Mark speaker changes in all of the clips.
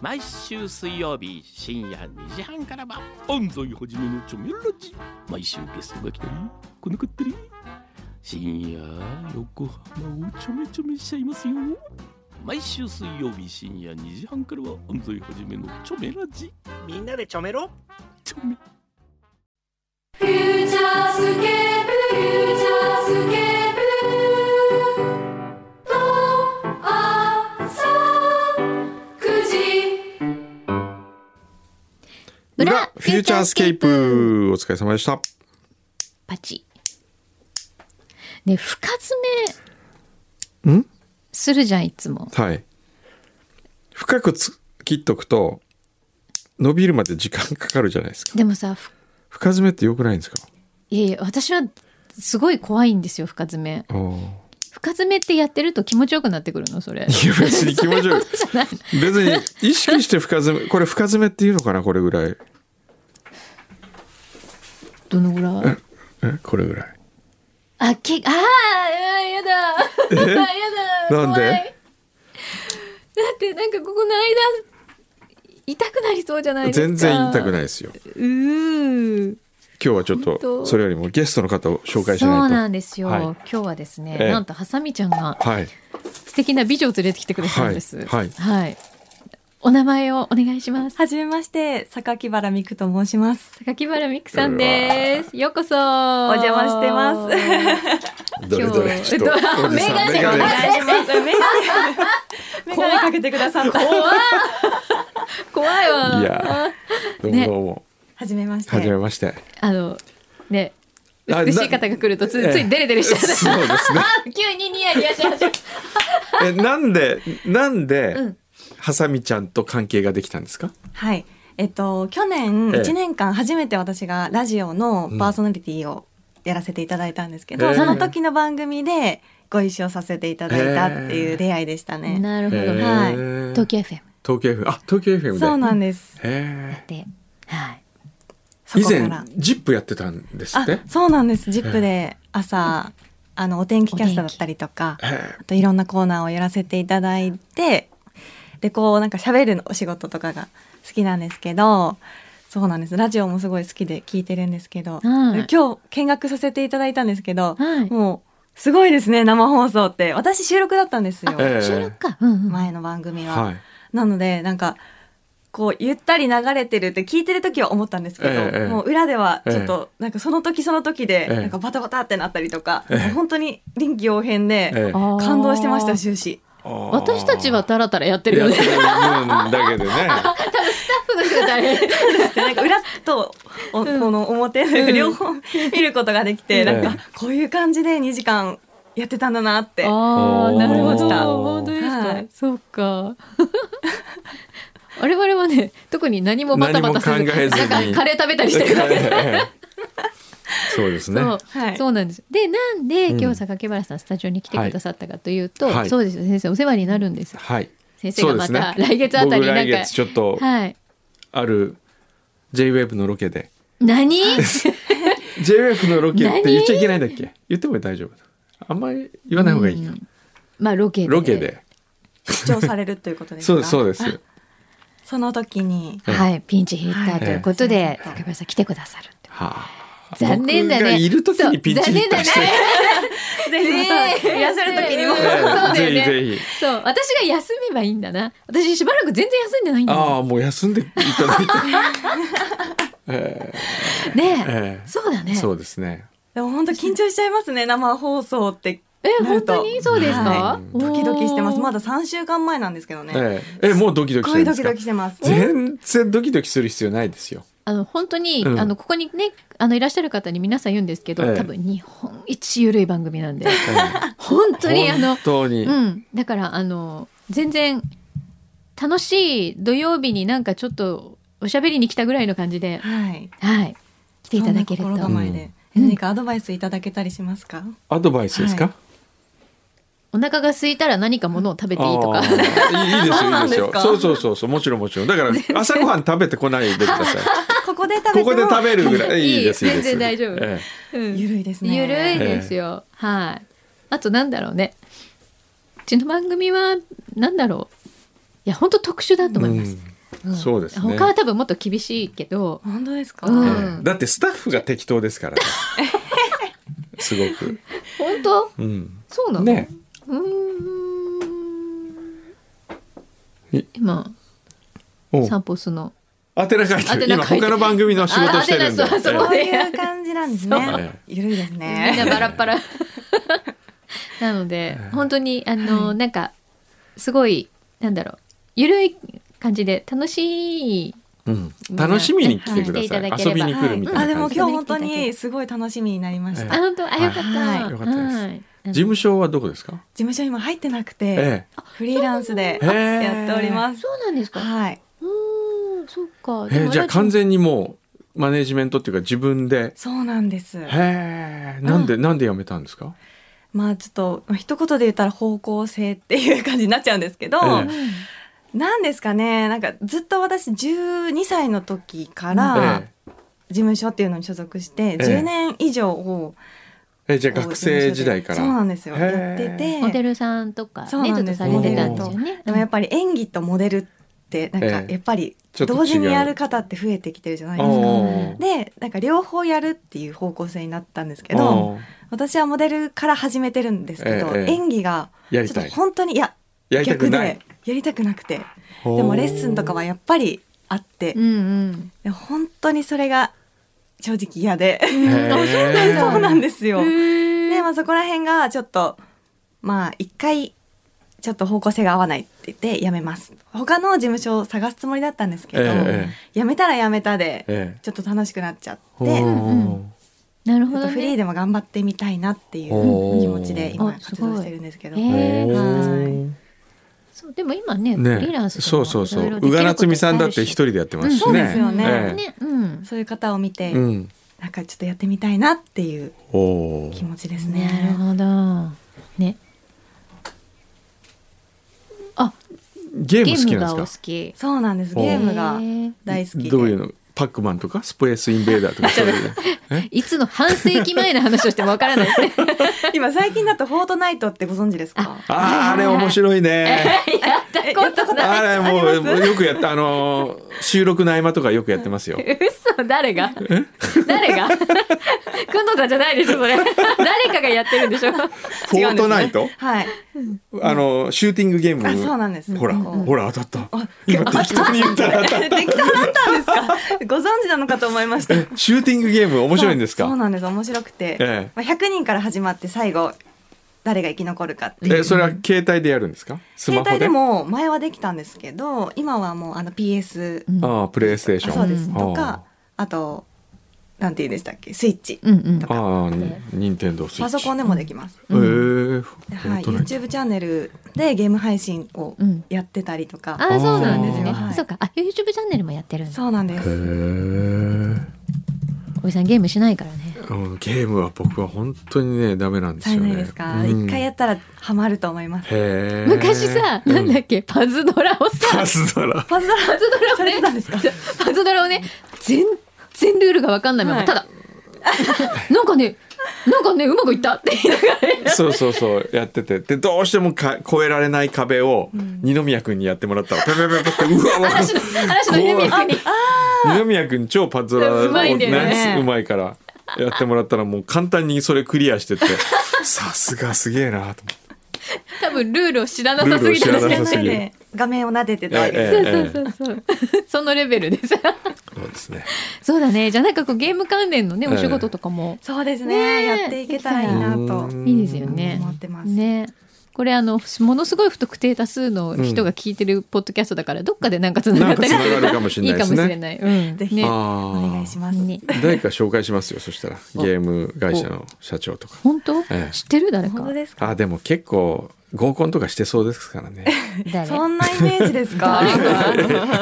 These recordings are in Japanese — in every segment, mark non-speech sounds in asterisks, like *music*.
Speaker 1: 毎週水曜日深夜2時半からは安西はじめのチョメラジ毎週ゲストが来たり来なかったり深夜横浜をちょめちょめしちゃいますよ毎週水曜日深夜2時半からは安西はじめのチョメラジ
Speaker 2: みんなでちょめろ
Speaker 1: チョメ
Speaker 3: フューチャースケープフューチャースケープと朝9時
Speaker 4: 裏フューチャースケープお疲れ様でした
Speaker 5: パチね深爪
Speaker 4: ん
Speaker 5: するじゃんいつも
Speaker 4: はい深くつ切っとくと伸びるまで時間かかるじゃないですか
Speaker 5: でもさふ
Speaker 4: 深爪って良くないんですか
Speaker 5: いやいや私はすごい怖いんですよ深爪
Speaker 4: あー
Speaker 5: 深爪ってやってると気持ちよくなってくるのそれ
Speaker 4: いや別に気持ちよい *laughs*
Speaker 5: そうじゃない
Speaker 4: 別に意識して深爪これ深爪っていうのかなこれぐらい
Speaker 5: *laughs* どのぐらい
Speaker 4: えこれぐらい
Speaker 5: あけああやだや *laughs* だ
Speaker 4: なんで
Speaker 5: 怖いだってなんかここの間痛くなりそうじゃないですか
Speaker 4: 全然痛くない
Speaker 5: い
Speaker 4: ですよ
Speaker 5: うー
Speaker 4: 今日はちょっ
Speaker 5: 本
Speaker 4: と
Speaker 5: 当
Speaker 4: それよりもゲストの方を紹介し
Speaker 5: そうな
Speaker 4: ない
Speaker 5: んですよ、
Speaker 4: はい
Speaker 5: 今日はですね、
Speaker 4: ええ
Speaker 5: なんとハサミちゃんが
Speaker 4: とはい
Speaker 5: 素敵な美女を連れてきてくれたんです
Speaker 4: はいはい
Speaker 5: お名前をお願いします
Speaker 6: はじめまして、榊原美久と申し
Speaker 5: *laughs*
Speaker 6: ます。
Speaker 5: 榊原美久さんですようこそお
Speaker 6: 邪魔してます
Speaker 4: どれどれ
Speaker 5: 今日
Speaker 4: ちょっとおじさん
Speaker 5: メ
Speaker 4: メ
Speaker 5: ガ
Speaker 4: ガ
Speaker 5: ネ
Speaker 4: ネ
Speaker 6: 願いします。メガネ、メガネかけてくださった。
Speaker 5: *laughs* 怖いわ
Speaker 4: いやどうもどうも
Speaker 6: はじめまし
Speaker 4: はじめ
Speaker 6: て。
Speaker 4: まして
Speaker 5: あのね
Speaker 4: あ
Speaker 5: 美しい方が来るとつ,、
Speaker 4: ええ
Speaker 5: ついデレデレしち
Speaker 4: *laughs*
Speaker 5: ゃう
Speaker 4: そうですね
Speaker 5: 急にニヤニヤし始めた
Speaker 4: *laughs* えなんでなんで、
Speaker 5: うん
Speaker 4: ハサミちゃんと関係ができたんですか
Speaker 6: はい。えっと、去
Speaker 4: ええ
Speaker 6: 年、一年間初めて私がラジオのパーソナリティをやらせていただいたんですけ
Speaker 4: え
Speaker 6: ど、
Speaker 4: え
Speaker 6: その時の番組でご一緒させていただいたっていう出会いでしたね。
Speaker 5: なるほど、
Speaker 4: へ
Speaker 6: はい
Speaker 4: ー
Speaker 5: 東京 FM
Speaker 4: 東京 FM あ東京 FM で
Speaker 6: そうなんです。
Speaker 4: へ
Speaker 5: ではい
Speaker 6: そ
Speaker 4: ー以
Speaker 6: こ
Speaker 4: 前
Speaker 6: から。
Speaker 4: ジップやってたんですっ
Speaker 6: あ
Speaker 4: て、
Speaker 6: そうなんです。ジップで朝、あの、お天気キャスターだったりとか、
Speaker 4: へ
Speaker 6: あといろんなコーナーをやらせていただいてでこうなんか喋るお仕事とかが好きなんですけどそうなんですラジオもすごい好きで聞いてるんですけど、
Speaker 5: はい
Speaker 6: 今日見学させていただいたんですけど、
Speaker 5: はい
Speaker 6: もうすごいですね生放送って私収録だったんですよ
Speaker 5: あ、
Speaker 4: ええ
Speaker 5: 収録か、うんうん、
Speaker 6: 前の番組
Speaker 4: ー
Speaker 6: は。
Speaker 4: はい
Speaker 6: なのでなんかこうゆったり流れてるって聞いてる時は思ったんですけど、
Speaker 4: ええ
Speaker 6: もう裏ではちょっとなんかその時その時で
Speaker 4: ええ
Speaker 6: なんかバタバタってなったりとか、
Speaker 4: ええ
Speaker 6: もう本当に臨機応変で。
Speaker 4: えー
Speaker 5: あー
Speaker 6: 感動してました終始
Speaker 5: 私たちはタラタラやってる
Speaker 4: や
Speaker 5: よ
Speaker 4: っ
Speaker 5: ね *laughs*
Speaker 4: てる分だけでね
Speaker 5: そうですよね
Speaker 6: でなんか裏とおこの表の両方見ることができて、
Speaker 4: うん
Speaker 6: なんかこういう感じで2時間やってたんだなって
Speaker 5: ああ、
Speaker 4: おー
Speaker 5: なるほど。
Speaker 4: なるほど
Speaker 5: 本当ですか。
Speaker 6: はい
Speaker 5: そうか。 *laughs* 我々はね、特に何もバタバタせず、
Speaker 4: 何も考えずに
Speaker 5: なんかカレー食べたりしてるだけで。
Speaker 4: そうですね
Speaker 5: そう、
Speaker 6: はい
Speaker 5: そうなんです。で、なんで
Speaker 4: うん
Speaker 5: 今日榊原さんスタジオに来てくださったかというと、
Speaker 4: はい
Speaker 5: そうですよ先生お世話になるんです。
Speaker 4: はい
Speaker 5: 先生
Speaker 4: そ
Speaker 5: が
Speaker 4: うで
Speaker 5: ます
Speaker 4: ね
Speaker 5: た来月あたり
Speaker 4: 僕
Speaker 5: にな
Speaker 4: 来
Speaker 5: んか
Speaker 4: 月、ちょっと
Speaker 5: はい。
Speaker 4: ある JWAVE のロケ
Speaker 5: *laughs*
Speaker 4: で
Speaker 5: 何？
Speaker 4: JWAVE のロケって
Speaker 5: 何
Speaker 4: 言っちゃいけないんだっけ言っても大丈夫あんまり言わない方がいいか、
Speaker 5: うんまあロケで。
Speaker 4: ロケで
Speaker 6: 主張されるということですか
Speaker 4: そうですそうです
Speaker 6: その時に
Speaker 5: はい、ピンチヒッター
Speaker 4: ええ
Speaker 5: ということで、榊原さん来てくださる。
Speaker 4: はあ
Speaker 5: 残念だね。
Speaker 4: 僕がいる時にピンチヒッターして
Speaker 5: そう残念だね
Speaker 6: *laughs* ぜひまたいらっしゃる時にも、
Speaker 5: ねえそうだよ
Speaker 4: *laughs*
Speaker 5: ね
Speaker 4: ぜひぜひ
Speaker 5: そう私が休めばいいんだな私しばらく全然休んでないんだ
Speaker 4: あ
Speaker 5: も
Speaker 4: あもう休んでいただいて、
Speaker 5: *laughs* んねえ
Speaker 4: え
Speaker 5: そうだ
Speaker 4: え
Speaker 5: ね
Speaker 4: そうですね
Speaker 6: でも本当緊張しちゃいますね生放送って
Speaker 5: え
Speaker 6: なる
Speaker 5: 本
Speaker 6: と
Speaker 5: 当にそうです
Speaker 4: は
Speaker 5: か
Speaker 4: い
Speaker 5: おー
Speaker 6: ドキドキしてますまだ3週間前なんですけどね、
Speaker 4: ええええもうドキドキ
Speaker 6: す
Speaker 4: し
Speaker 6: っごい
Speaker 4: てるんで
Speaker 6: ド
Speaker 4: す
Speaker 6: キ
Speaker 4: か
Speaker 6: ドキしてます
Speaker 4: 全然ドキドキする必要ないですよ
Speaker 5: あの本当に
Speaker 4: うん
Speaker 5: あのここにねあのいらっしゃる方に皆さん言うんですけ
Speaker 4: え
Speaker 5: ど
Speaker 4: え
Speaker 5: 多分日本一緩い番
Speaker 4: *laughs*
Speaker 5: 組なんで
Speaker 4: ええ
Speaker 5: 本当にあの
Speaker 4: 本当に
Speaker 5: うんだからあの全然楽しい土曜日になんかちょっとおしゃべりに来たぐらいの感じで
Speaker 6: はい
Speaker 5: はい来ていただける
Speaker 6: そんな
Speaker 5: と
Speaker 6: 心構えで、
Speaker 5: うん
Speaker 6: 何かアドバイスいただけたりしますか、
Speaker 4: アドバイスですか、
Speaker 6: は
Speaker 5: お腹が空いたら何かものを食べていいとか
Speaker 4: あ
Speaker 5: *laughs*
Speaker 4: ーいいいいですよいいですよ
Speaker 6: そうなんですか
Speaker 4: そうそうそうそうもちろんもちろんだから朝ごはん食べてこないでく
Speaker 5: *laughs*
Speaker 4: ださい
Speaker 6: ここで食べても
Speaker 4: ここで食べるぐらいいいです
Speaker 5: いい
Speaker 4: いいです
Speaker 5: 全然大丈夫
Speaker 4: え
Speaker 5: うん
Speaker 6: ゆるいですね
Speaker 5: ゆるいですよ。はい。あとなんだろうね。うちの番組はなんだろう。いや本当特殊だと
Speaker 4: え
Speaker 5: 思
Speaker 4: う
Speaker 5: います。
Speaker 4: ん
Speaker 5: ん
Speaker 4: そうですね
Speaker 5: 他は多分もっと厳しいけど、
Speaker 6: 本当ですか、
Speaker 5: うん
Speaker 4: ええだってスタッフが適当です
Speaker 6: *laughs*
Speaker 4: からねすごく、
Speaker 5: 本当
Speaker 4: うん、
Speaker 5: そうなの、
Speaker 4: ね
Speaker 5: うーん
Speaker 4: え
Speaker 5: 今
Speaker 4: お
Speaker 5: 散歩すの
Speaker 4: 当てな書いて
Speaker 5: 宛
Speaker 4: る
Speaker 5: 名
Speaker 4: 今
Speaker 5: 書いてる
Speaker 4: 他の番組の仕事してるんで
Speaker 5: あ宛名そうそう
Speaker 6: そういう感じなんです
Speaker 4: そう
Speaker 6: ね。ゆるいです
Speaker 5: みんな
Speaker 6: ね。
Speaker 5: バラッ
Speaker 4: *laughs*
Speaker 5: バラなので
Speaker 4: ええ
Speaker 5: 本当にあの、なんかすごいなんだろうゆるい感じで楽しい
Speaker 4: うん、楽しみに来てく
Speaker 5: はい来ていた
Speaker 4: だ
Speaker 5: だ
Speaker 4: さ
Speaker 5: け
Speaker 4: い
Speaker 5: れば
Speaker 4: 遊びに来るみたいな
Speaker 6: あ、でも
Speaker 4: 感じで
Speaker 6: 今日本当にすごい楽しみになりまし
Speaker 5: あ
Speaker 6: た。
Speaker 5: 本当あよかった、
Speaker 6: はい
Speaker 4: よかったです
Speaker 5: はい
Speaker 4: 事務所はどこですか、
Speaker 6: 事務所今入ってなくて、
Speaker 4: え
Speaker 6: フリーランスで
Speaker 4: へー
Speaker 6: やっております。
Speaker 5: そうなんですか、
Speaker 6: はい。
Speaker 5: うーんそっか
Speaker 4: えええじゃあ完
Speaker 5: 全
Speaker 4: 全にもうマネジメントっていうか自分で
Speaker 6: そうなんです。
Speaker 4: へえなんでなんで辞めたんですか
Speaker 6: まあちょっとまあ一言で言ったら方向性っていう感じになっちゃうんですけど、
Speaker 4: え
Speaker 6: なんですかね。なんかずっと私12歳の時から
Speaker 4: え
Speaker 6: 事務所っていうのに所属して
Speaker 4: え
Speaker 6: 10年以上を
Speaker 4: ええじゃあ学生時代から
Speaker 6: そうなんですよ。
Speaker 4: へー
Speaker 6: やって
Speaker 5: モデ
Speaker 6: て。
Speaker 5: ルさんとか
Speaker 6: そう
Speaker 5: ね
Speaker 6: な
Speaker 5: ずっ
Speaker 6: ん
Speaker 5: と
Speaker 6: です
Speaker 5: されてたんですよね
Speaker 6: でもやっぱり演技とモデルってなんか
Speaker 4: ええ
Speaker 6: やっぱり
Speaker 4: ちょっと違う
Speaker 6: 同時にやる方って増えてきてるじゃないですか。
Speaker 4: おー
Speaker 6: でなんか両方やるっていう方向性になったんですけど
Speaker 4: おー
Speaker 6: 私はモデルから始めてるんですけど、
Speaker 4: ええ
Speaker 6: 演技がち
Speaker 4: や
Speaker 6: ょっ
Speaker 4: り
Speaker 6: と
Speaker 4: たい
Speaker 6: 本当にいや
Speaker 4: やりたく
Speaker 6: 逆で
Speaker 4: ない
Speaker 6: やりたくなくて
Speaker 4: ほう
Speaker 6: でもレッスンとかはやっぱりあって、
Speaker 5: うんうん
Speaker 6: で本当にそれが正直嫌で
Speaker 4: へえ
Speaker 6: そうなんですよ。
Speaker 5: へ
Speaker 6: で、
Speaker 5: ー
Speaker 6: まあ、そこら辺がちょっとまあ一回ちょっと方向性が合わないって言って辞めます他の事務所を探すつもりだったんですけど、
Speaker 4: ええ
Speaker 6: 辞めたら辞めたで、
Speaker 4: ええ
Speaker 6: ちょっと楽しくなっちゃって、
Speaker 4: ほう
Speaker 5: うんなるほ
Speaker 6: ちょっ
Speaker 5: ど
Speaker 6: とフリー
Speaker 5: ね
Speaker 6: でも頑張ってみたいなっていう
Speaker 4: おー
Speaker 6: 気持ちで今
Speaker 5: あす
Speaker 6: 活
Speaker 5: ごい
Speaker 6: 動してるんですけど、
Speaker 5: へえ
Speaker 4: お
Speaker 6: ー
Speaker 4: ー
Speaker 5: そうでも今ね
Speaker 4: ね
Speaker 5: フリーランスでも
Speaker 4: そうそうそ
Speaker 5: いろ
Speaker 4: う
Speaker 5: いろで
Speaker 4: 宇
Speaker 5: き
Speaker 4: 賀
Speaker 5: ること
Speaker 4: なつみさんだって
Speaker 5: い
Speaker 4: 一
Speaker 5: っぱい
Speaker 4: 人でやってますし
Speaker 5: うん
Speaker 6: そう
Speaker 4: ね、
Speaker 6: ですよね
Speaker 5: あ
Speaker 4: え
Speaker 5: るし
Speaker 4: え
Speaker 5: ねうん
Speaker 6: そういう方を見て、
Speaker 4: うん
Speaker 6: なんかちょっとやってみたいなっていう
Speaker 4: おお
Speaker 6: 気持ちです
Speaker 5: なる
Speaker 6: ね。
Speaker 5: ほどねあ
Speaker 4: ゲ
Speaker 5: ゲ
Speaker 4: ーム好
Speaker 5: ー
Speaker 4: き
Speaker 5: ムが
Speaker 4: な
Speaker 5: お
Speaker 4: んで
Speaker 5: 好
Speaker 4: す
Speaker 5: き
Speaker 6: そうなんです。ゲームが大好き
Speaker 4: か
Speaker 6: で。
Speaker 4: どういうのパックマンとかスペースインベーダーとかそ
Speaker 6: *laughs*
Speaker 4: ういう
Speaker 5: いつの半世紀前の話をしてもわからないですね
Speaker 6: *laughs* 今最近だとフォートナイトってご存知ですか？
Speaker 4: あーあれ面白
Speaker 6: *laughs*
Speaker 4: いね
Speaker 5: やったことない
Speaker 4: あれも
Speaker 6: ありま
Speaker 4: うよくやったあのー収録の合間とかよくやって
Speaker 6: *laughs*
Speaker 4: ますよ
Speaker 5: 嘘誰が
Speaker 4: *laughs*
Speaker 5: 誰がくんどうさんじゃないでしょそれ誰かがやってるんでしょ
Speaker 4: フォートナイト、
Speaker 6: はい。
Speaker 4: あのーシューティングゲーム
Speaker 6: あ、そうなんです。
Speaker 4: ほら、
Speaker 6: こう
Speaker 4: ほら当たった
Speaker 6: あ
Speaker 4: 今適当に言ったら当たっ
Speaker 6: 適当だったんですか？ご存知なのかと思いました。
Speaker 4: た *laughs* シューティングゲーム面白いんです
Speaker 6: そうそう
Speaker 4: か
Speaker 6: なんです。面白くて、
Speaker 4: ええ
Speaker 6: まあ100人から始まって最後誰が生き残るかっていう。
Speaker 4: えそれは携帯でやるんですかス
Speaker 6: 携
Speaker 4: マホ
Speaker 6: 帯
Speaker 4: で
Speaker 6: でも前はできたんですけど、今はもうあの PS
Speaker 5: うん
Speaker 4: ああプレイステーション
Speaker 6: そうです
Speaker 5: うん
Speaker 6: とか、あとなんて言うんでしたっけ、スイッチ。
Speaker 5: うんうん
Speaker 4: あああ任天堂スイッチ
Speaker 6: パソコンでもできます。
Speaker 4: えー
Speaker 6: で
Speaker 4: フォ
Speaker 6: は
Speaker 4: ー
Speaker 6: い、
Speaker 4: トナイト
Speaker 6: YouTube チャンネルでゲーム配信を
Speaker 5: うん
Speaker 6: やってたりとか、
Speaker 5: あーそうなんですね
Speaker 6: そうなんですよはい
Speaker 5: そうかあ YouTube チャンネルもやってるんだ
Speaker 6: そうなんで
Speaker 4: へ
Speaker 6: す。
Speaker 4: ー
Speaker 5: おじさんゲームしないからね
Speaker 4: うんゲームは僕は本当にねダメなんです
Speaker 6: 才
Speaker 4: よね。
Speaker 6: 能ですか。
Speaker 4: うん
Speaker 6: 一回やったらハマると思います。
Speaker 4: へー
Speaker 5: 昔さ、なんだっけパズドラを
Speaker 4: *laughs*
Speaker 5: さ
Speaker 4: パズドラ。
Speaker 6: パズドラ、パズドラされてたんですか。
Speaker 5: パズドラをね全然ルールが分かんないまま、
Speaker 6: はい
Speaker 5: ただ *laughs* なんかねなんかねうまくいったって言いながら
Speaker 4: *laughs*
Speaker 5: ね
Speaker 4: そうそうそうやっててでどうしてもか越えられない壁を二宮君にやってもらったらペペペペってうわうわ
Speaker 5: 嵐の嵐の夢見に
Speaker 4: 二宮君超パズドラ
Speaker 5: うまいんだよ
Speaker 6: ね
Speaker 4: うまいからやってもらったらもう簡単にそれクリアしてってさすがすげえなと
Speaker 5: 多分ルールを知らなさすぎたんだ
Speaker 4: ルールを知らなさ
Speaker 5: ね
Speaker 4: すぎる
Speaker 6: で画面を撫でてた
Speaker 4: 思
Speaker 6: わ
Speaker 4: って
Speaker 6: けです。
Speaker 4: え
Speaker 5: そう
Speaker 4: え
Speaker 5: そう
Speaker 4: ええ
Speaker 5: そうそうそのレベルでさ *laughs*
Speaker 4: そうですね。
Speaker 5: そうだねじゃあなんかこうゲーム関連のね
Speaker 4: ええ
Speaker 5: お仕事とかも
Speaker 6: そうですね。
Speaker 5: ねえ
Speaker 6: やっていけたらいいなと
Speaker 4: うん
Speaker 5: いいですよね
Speaker 6: 思ってます。
Speaker 5: ねこれあのものすごい不特定多数の人が聞いてるポッドキャストだから、どっかでなんかつながったりす
Speaker 4: なんか繋がる
Speaker 5: る
Speaker 4: かもしれないですね
Speaker 5: いいかもしれない、うん、
Speaker 6: ぜひ
Speaker 5: ね
Speaker 4: あ
Speaker 6: お
Speaker 4: ー
Speaker 6: 願いします。
Speaker 5: ね
Speaker 4: 誰か紹介しますよそしたらゲーム会社の社長とか。
Speaker 5: 本当、
Speaker 4: ええ
Speaker 5: 知ってる誰か
Speaker 6: 本当ですか。
Speaker 4: あでも結構合コンとかしてそうですからね
Speaker 5: 誰
Speaker 6: そんなイメージですか。
Speaker 5: あ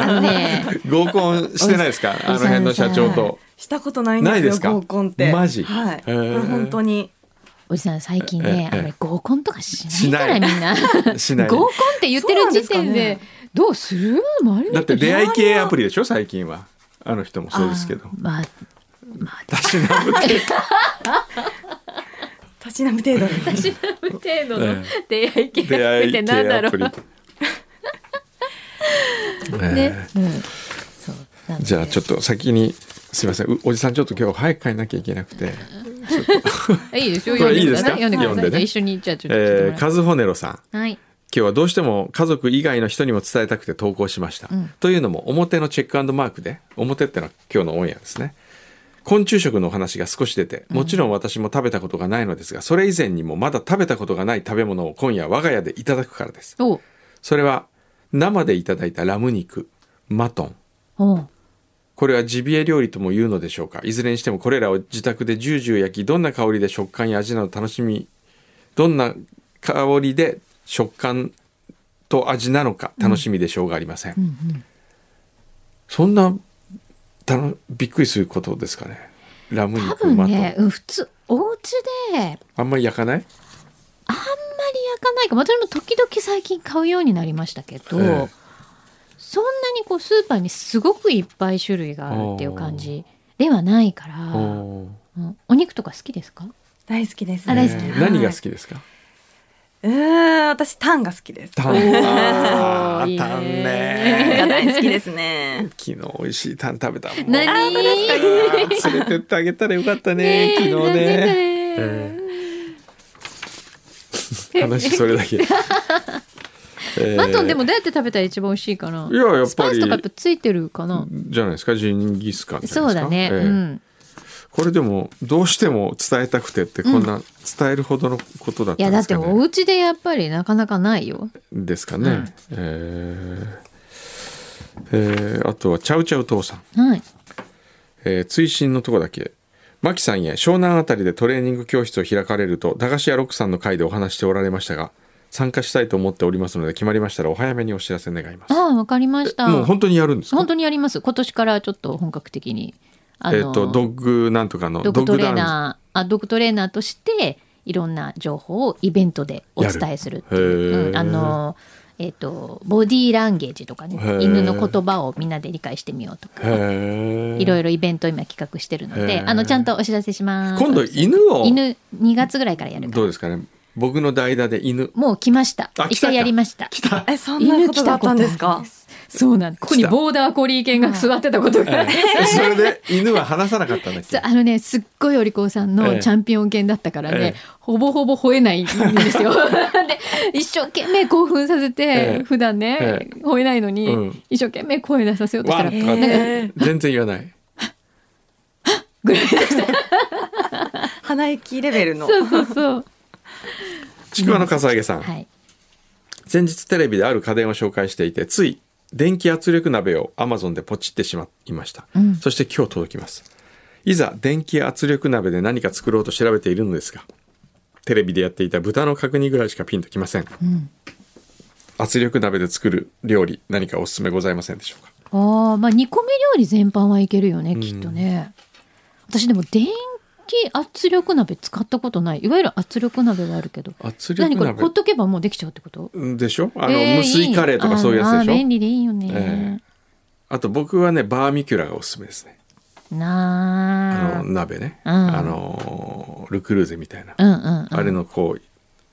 Speaker 5: のね
Speaker 4: *laughs* 合コンしてないですかあの辺の社長と
Speaker 6: したことないんですよ。
Speaker 4: ないですか
Speaker 6: 合コンって。
Speaker 4: マジ
Speaker 6: はい。こ
Speaker 4: へー
Speaker 6: れ本当に。
Speaker 5: おじさん最近ね、
Speaker 4: ええ
Speaker 5: あんまり合コンとかしないから
Speaker 4: し
Speaker 5: みんな
Speaker 4: しない
Speaker 5: *laughs* 合コンって言ってる時
Speaker 6: そうなん
Speaker 5: 点で
Speaker 6: ですかね
Speaker 5: どうする周りの
Speaker 4: だって
Speaker 5: 人
Speaker 4: 出会い系アプリでしょ最近はあの人もそうですけど
Speaker 6: *laughs*
Speaker 5: まあ
Speaker 4: たしなむって
Speaker 6: たしなむ程度に。
Speaker 5: 私の程度
Speaker 4: え *laughs*
Speaker 5: の出会い系
Speaker 4: 出
Speaker 5: アプ
Speaker 4: 会
Speaker 5: リって
Speaker 4: い
Speaker 5: なん
Speaker 4: 系
Speaker 5: だ
Speaker 4: ア
Speaker 5: ろ
Speaker 4: プ
Speaker 5: う
Speaker 4: リ
Speaker 5: *laughs* ね
Speaker 4: え、
Speaker 5: うん、そう
Speaker 4: ーじゃあちょ
Speaker 5: っ
Speaker 4: っと先にすいませんうおじさんちょっと今日早く帰んなきゃいけなくて、
Speaker 5: といいですよ
Speaker 4: こ
Speaker 5: 読
Speaker 4: れ
Speaker 5: んでください
Speaker 4: いいですか
Speaker 5: 読んでくださ
Speaker 4: 読んでね
Speaker 5: い、じゃあ一緒にじゃあちょっと聞いても
Speaker 4: え
Speaker 5: ら
Speaker 4: ー、
Speaker 5: い
Speaker 4: カズホネロさん
Speaker 5: はい
Speaker 4: 今日はどうしても家族以外の人にも伝えたくて投稿しました、
Speaker 5: うん
Speaker 4: というのも表のチェックマークで表ってのは今日のオンエアですね昆虫食のお話が少し出てもちろん私も食べたことがないのですが、それ以前にもまだ食べたことがない食べ物を今夜我が家でいただくからです
Speaker 5: おう
Speaker 4: それは生でいただいたラム肉マトン
Speaker 5: おう
Speaker 4: これはジビエ料理とも言うのでしょうかいずれにしてもこれらを自宅でジュージュー焼きどんな香りで食感や味など楽しみどんな香りで食感と味なのか楽しみでしょうがありません、
Speaker 5: うんうん
Speaker 4: そんなたのびっくりすることですかねラム
Speaker 5: 多
Speaker 4: 肉
Speaker 5: 分
Speaker 4: マトン、
Speaker 5: ね、うん、普通お家であんま
Speaker 4: あんま
Speaker 5: り
Speaker 4: り焼かない
Speaker 5: 焼かないか私も時々最近買うようになりましたけど、
Speaker 4: ええ
Speaker 5: そんなにこうスーパーにすごくいっぱい種類があるっていう感じではないから、
Speaker 4: おー
Speaker 5: うんお肉とか好きですか
Speaker 6: 大好きです、
Speaker 5: あ *laughs* 大好き
Speaker 4: えー
Speaker 5: はい
Speaker 4: 何が好きですか
Speaker 6: うーん、私タンが好きです。
Speaker 4: タンあータン
Speaker 6: タ
Speaker 4: ね。
Speaker 6: ンが大好きですね
Speaker 5: *laughs*
Speaker 4: 昨日美味しいタン食べたもん
Speaker 5: 何
Speaker 4: あー連れてってあげたらよかったね昨日
Speaker 5: なんで
Speaker 4: ね
Speaker 5: ね
Speaker 4: 話それ
Speaker 5: *laughs*
Speaker 4: だけ、えー
Speaker 5: マトンでもどうやって食べたら一番美味しいかない
Speaker 4: ややっぱり
Speaker 5: スパイスとかやっぱついてるかな、
Speaker 4: じゃないですかジンギスカンじゃないですか
Speaker 5: そうだね、
Speaker 4: ええ
Speaker 5: うん
Speaker 4: これでもどうしても伝えたくてってこんな伝えるほどのことだっ
Speaker 5: い
Speaker 4: た
Speaker 5: や
Speaker 4: ん
Speaker 5: だ
Speaker 4: で
Speaker 5: っ
Speaker 4: す
Speaker 5: て
Speaker 4: かね、
Speaker 5: お家でやっぱりなかなかないよ
Speaker 4: ですかね、
Speaker 5: うん
Speaker 4: えーえーあとはチャウチャウ父さん、
Speaker 5: はい
Speaker 4: えー追伸のとこだけマキさんへ湘南あたりでトレーニング教室を開かれると駄菓子屋ロックさんの会でお話しておられましたが参加したいと思っておりますので決まりましたらお早めにお知らせ願います
Speaker 5: ああわかりました
Speaker 4: もう本当にやるんですか
Speaker 5: 本当にやります今年からちょっと本格的にあの
Speaker 4: えっ、とドッグなんとかの
Speaker 5: ドッグトレー
Speaker 4: ン
Speaker 5: ナーあドッグトレーナーとしていろんな情報をイベントでお伝えするってい
Speaker 4: やるへ
Speaker 5: う、
Speaker 4: ー
Speaker 5: うんあのえっ、とボディーランゲージとかね
Speaker 4: へー
Speaker 5: 犬の言葉をみんなで理解してみようとか
Speaker 4: へえ
Speaker 5: いろいろイベントを今企画してるの
Speaker 4: へ
Speaker 5: で
Speaker 4: ー
Speaker 5: あのちゃんとお知らせします
Speaker 4: 今度犬を
Speaker 5: 犬2月ぐらいからやるか
Speaker 4: どう
Speaker 5: ら
Speaker 4: ですかね僕の代打で
Speaker 5: *laughs*
Speaker 4: 犬
Speaker 5: もう来ました
Speaker 4: あ来たか
Speaker 5: 一回やりました
Speaker 4: 来た
Speaker 6: え、そんな
Speaker 5: 犬
Speaker 6: こ
Speaker 5: 来
Speaker 6: とだ
Speaker 5: た
Speaker 6: っ
Speaker 5: こと
Speaker 6: た
Speaker 5: あ
Speaker 6: ん
Speaker 5: る
Speaker 6: で
Speaker 5: んです
Speaker 6: すか。
Speaker 5: そうなんですここにボーダーコリー犬が座ってたことが
Speaker 4: えそれで犬は話さなかったんだっ
Speaker 5: *laughs* そ
Speaker 4: け
Speaker 5: うあのねすっごいお利口さん
Speaker 4: え
Speaker 5: の
Speaker 4: え
Speaker 5: チャンピオン犬だったからね、
Speaker 4: ええ
Speaker 5: ほぼほぼ吠えないんで
Speaker 4: *laughs*
Speaker 5: すよ。で一生懸命興奮させて、
Speaker 4: ええ
Speaker 5: 普段ね、
Speaker 4: え
Speaker 5: 吠えないのに、
Speaker 4: うん
Speaker 5: 一生懸命声出させようとしたら
Speaker 4: わーとかっ
Speaker 5: なんか
Speaker 4: て全然言わない
Speaker 5: ぐらい
Speaker 4: *laughs*
Speaker 6: 鼻息レベルの。
Speaker 5: そうそうそう。
Speaker 4: ちくわのかさあげさん、
Speaker 5: はい。
Speaker 4: 先日テレビである家電を紹介していてつい電気圧力鍋を Amazon でポチってしまいました、
Speaker 5: うん
Speaker 4: そして今日届きますいざ電気圧力鍋で何か作ろうと調べているのですがテレビでやっていた豚の角煮ぐらいしかピンときません、
Speaker 5: ん
Speaker 4: 圧力鍋で作る料理何かおすすめございませんでしょうか
Speaker 5: ああまあ煮込み料理全般はいけるよねきっとね。私でも電気圧力鍋使ったことない。いわゆる圧力鍋はあるけど。
Speaker 4: 圧力
Speaker 5: 何これ
Speaker 4: 鍋
Speaker 5: ほっとけばもうできちゃうってこと？
Speaker 4: でしょあの、
Speaker 5: え
Speaker 4: 無水カレーとかそういうやつでし
Speaker 5: いいあ
Speaker 4: ょ
Speaker 5: ー便利でいいよね。
Speaker 4: えあと僕はねバーミキュラがおすすめですね
Speaker 5: な
Speaker 4: あの鍋ね、
Speaker 5: うん
Speaker 4: あのルクルーゼみたいな、
Speaker 5: うんうんうん、
Speaker 4: あれのこう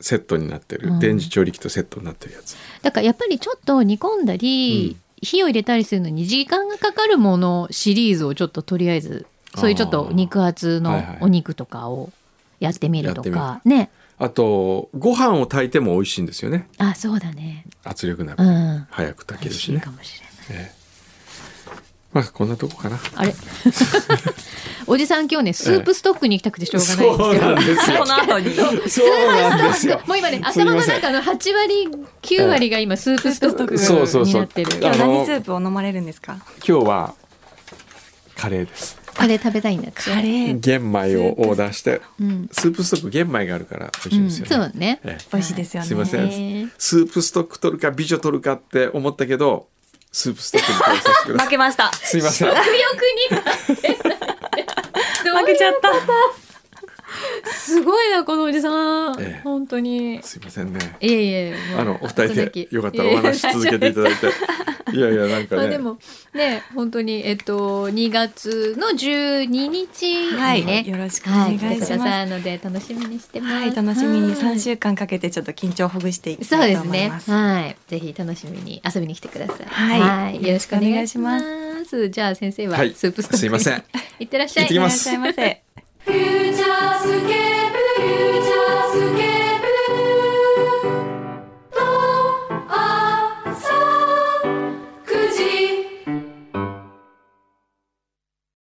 Speaker 4: セットになってる、
Speaker 5: うん
Speaker 4: 電磁調理器とセットになってるやつ
Speaker 5: だからやっぱりちょっと煮込んだり、火を入れたりするのに時間がかかるものシリーズをちょっととりあえずそういうちょっと肉厚
Speaker 4: あー
Speaker 5: の
Speaker 4: はいはい
Speaker 5: お肉とかをやってみると
Speaker 4: や
Speaker 5: か、ね
Speaker 4: あとご飯を炊いても美味しいんですよね
Speaker 5: あそうだね
Speaker 4: 圧力鍋、
Speaker 5: うん
Speaker 4: 早く炊け
Speaker 5: 美味
Speaker 4: る
Speaker 5: し
Speaker 4: し
Speaker 5: い
Speaker 4: ね
Speaker 5: かもしれない
Speaker 4: まあこんなとこかな
Speaker 5: あれ *laughs* おじさん今日ねスープストックに行きたくてしょうがないんですよ、
Speaker 6: こ
Speaker 4: んです
Speaker 6: の後に。
Speaker 4: *laughs* そうなんですよ
Speaker 5: *laughs* もう今ね
Speaker 4: すい
Speaker 5: 頭の
Speaker 4: ません
Speaker 5: 中の8割9割が今スープストッ
Speaker 4: そうそう
Speaker 5: クに
Speaker 4: そう
Speaker 5: なってる
Speaker 6: 今日
Speaker 4: あの
Speaker 6: 何スープを飲まれるんですか。
Speaker 4: 今日はカレーです
Speaker 5: カレー食べたいんだって
Speaker 6: カレー。
Speaker 4: 玄米をオーダーして
Speaker 5: うん、
Speaker 4: スープストック玄米があるから美味しいんですよね、
Speaker 5: そうね
Speaker 4: ええ
Speaker 6: 美味しいですよね。
Speaker 4: すいませ
Speaker 5: へ
Speaker 4: ん
Speaker 5: ー
Speaker 4: スープストック取るか美女取るかって思ったけどスープストックに変えさせてくださ
Speaker 6: 負
Speaker 7: *laughs*
Speaker 4: い
Speaker 6: けました。
Speaker 4: すいません
Speaker 5: 食欲に勝てない
Speaker 6: 負けちゃった。
Speaker 5: すごいなこのおじさん、
Speaker 4: ええ
Speaker 5: 本当に
Speaker 4: すいませんね
Speaker 5: いえいえもう
Speaker 4: あのお二人でよかったらお話し続けていただいていやいやなんか
Speaker 5: ま *laughs* あ
Speaker 4: ね
Speaker 5: でもね本当にえっと2月の12日にね、
Speaker 7: はい、よろしくお願
Speaker 5: 来
Speaker 7: いしてます。
Speaker 5: くださいので楽しみにしてます。
Speaker 7: はい、楽しみに
Speaker 5: はい
Speaker 7: 3週間かけてちょっと緊張をほぐしていき
Speaker 5: そう
Speaker 7: たい
Speaker 5: で
Speaker 7: と
Speaker 5: す
Speaker 7: 思い
Speaker 5: ね。
Speaker 7: ます。
Speaker 5: はい、ぜひ楽しみに遊びに来てください。
Speaker 7: はい
Speaker 5: よろしくお願いします
Speaker 7: よ。
Speaker 5: じゃあ先生は
Speaker 4: はい
Speaker 5: スープストックに
Speaker 4: すいません
Speaker 5: 行ってらっしゃい。
Speaker 4: 行ってきま
Speaker 7: い
Speaker 4: す
Speaker 7: らっしゃいませ。
Speaker 6: フューチャースケ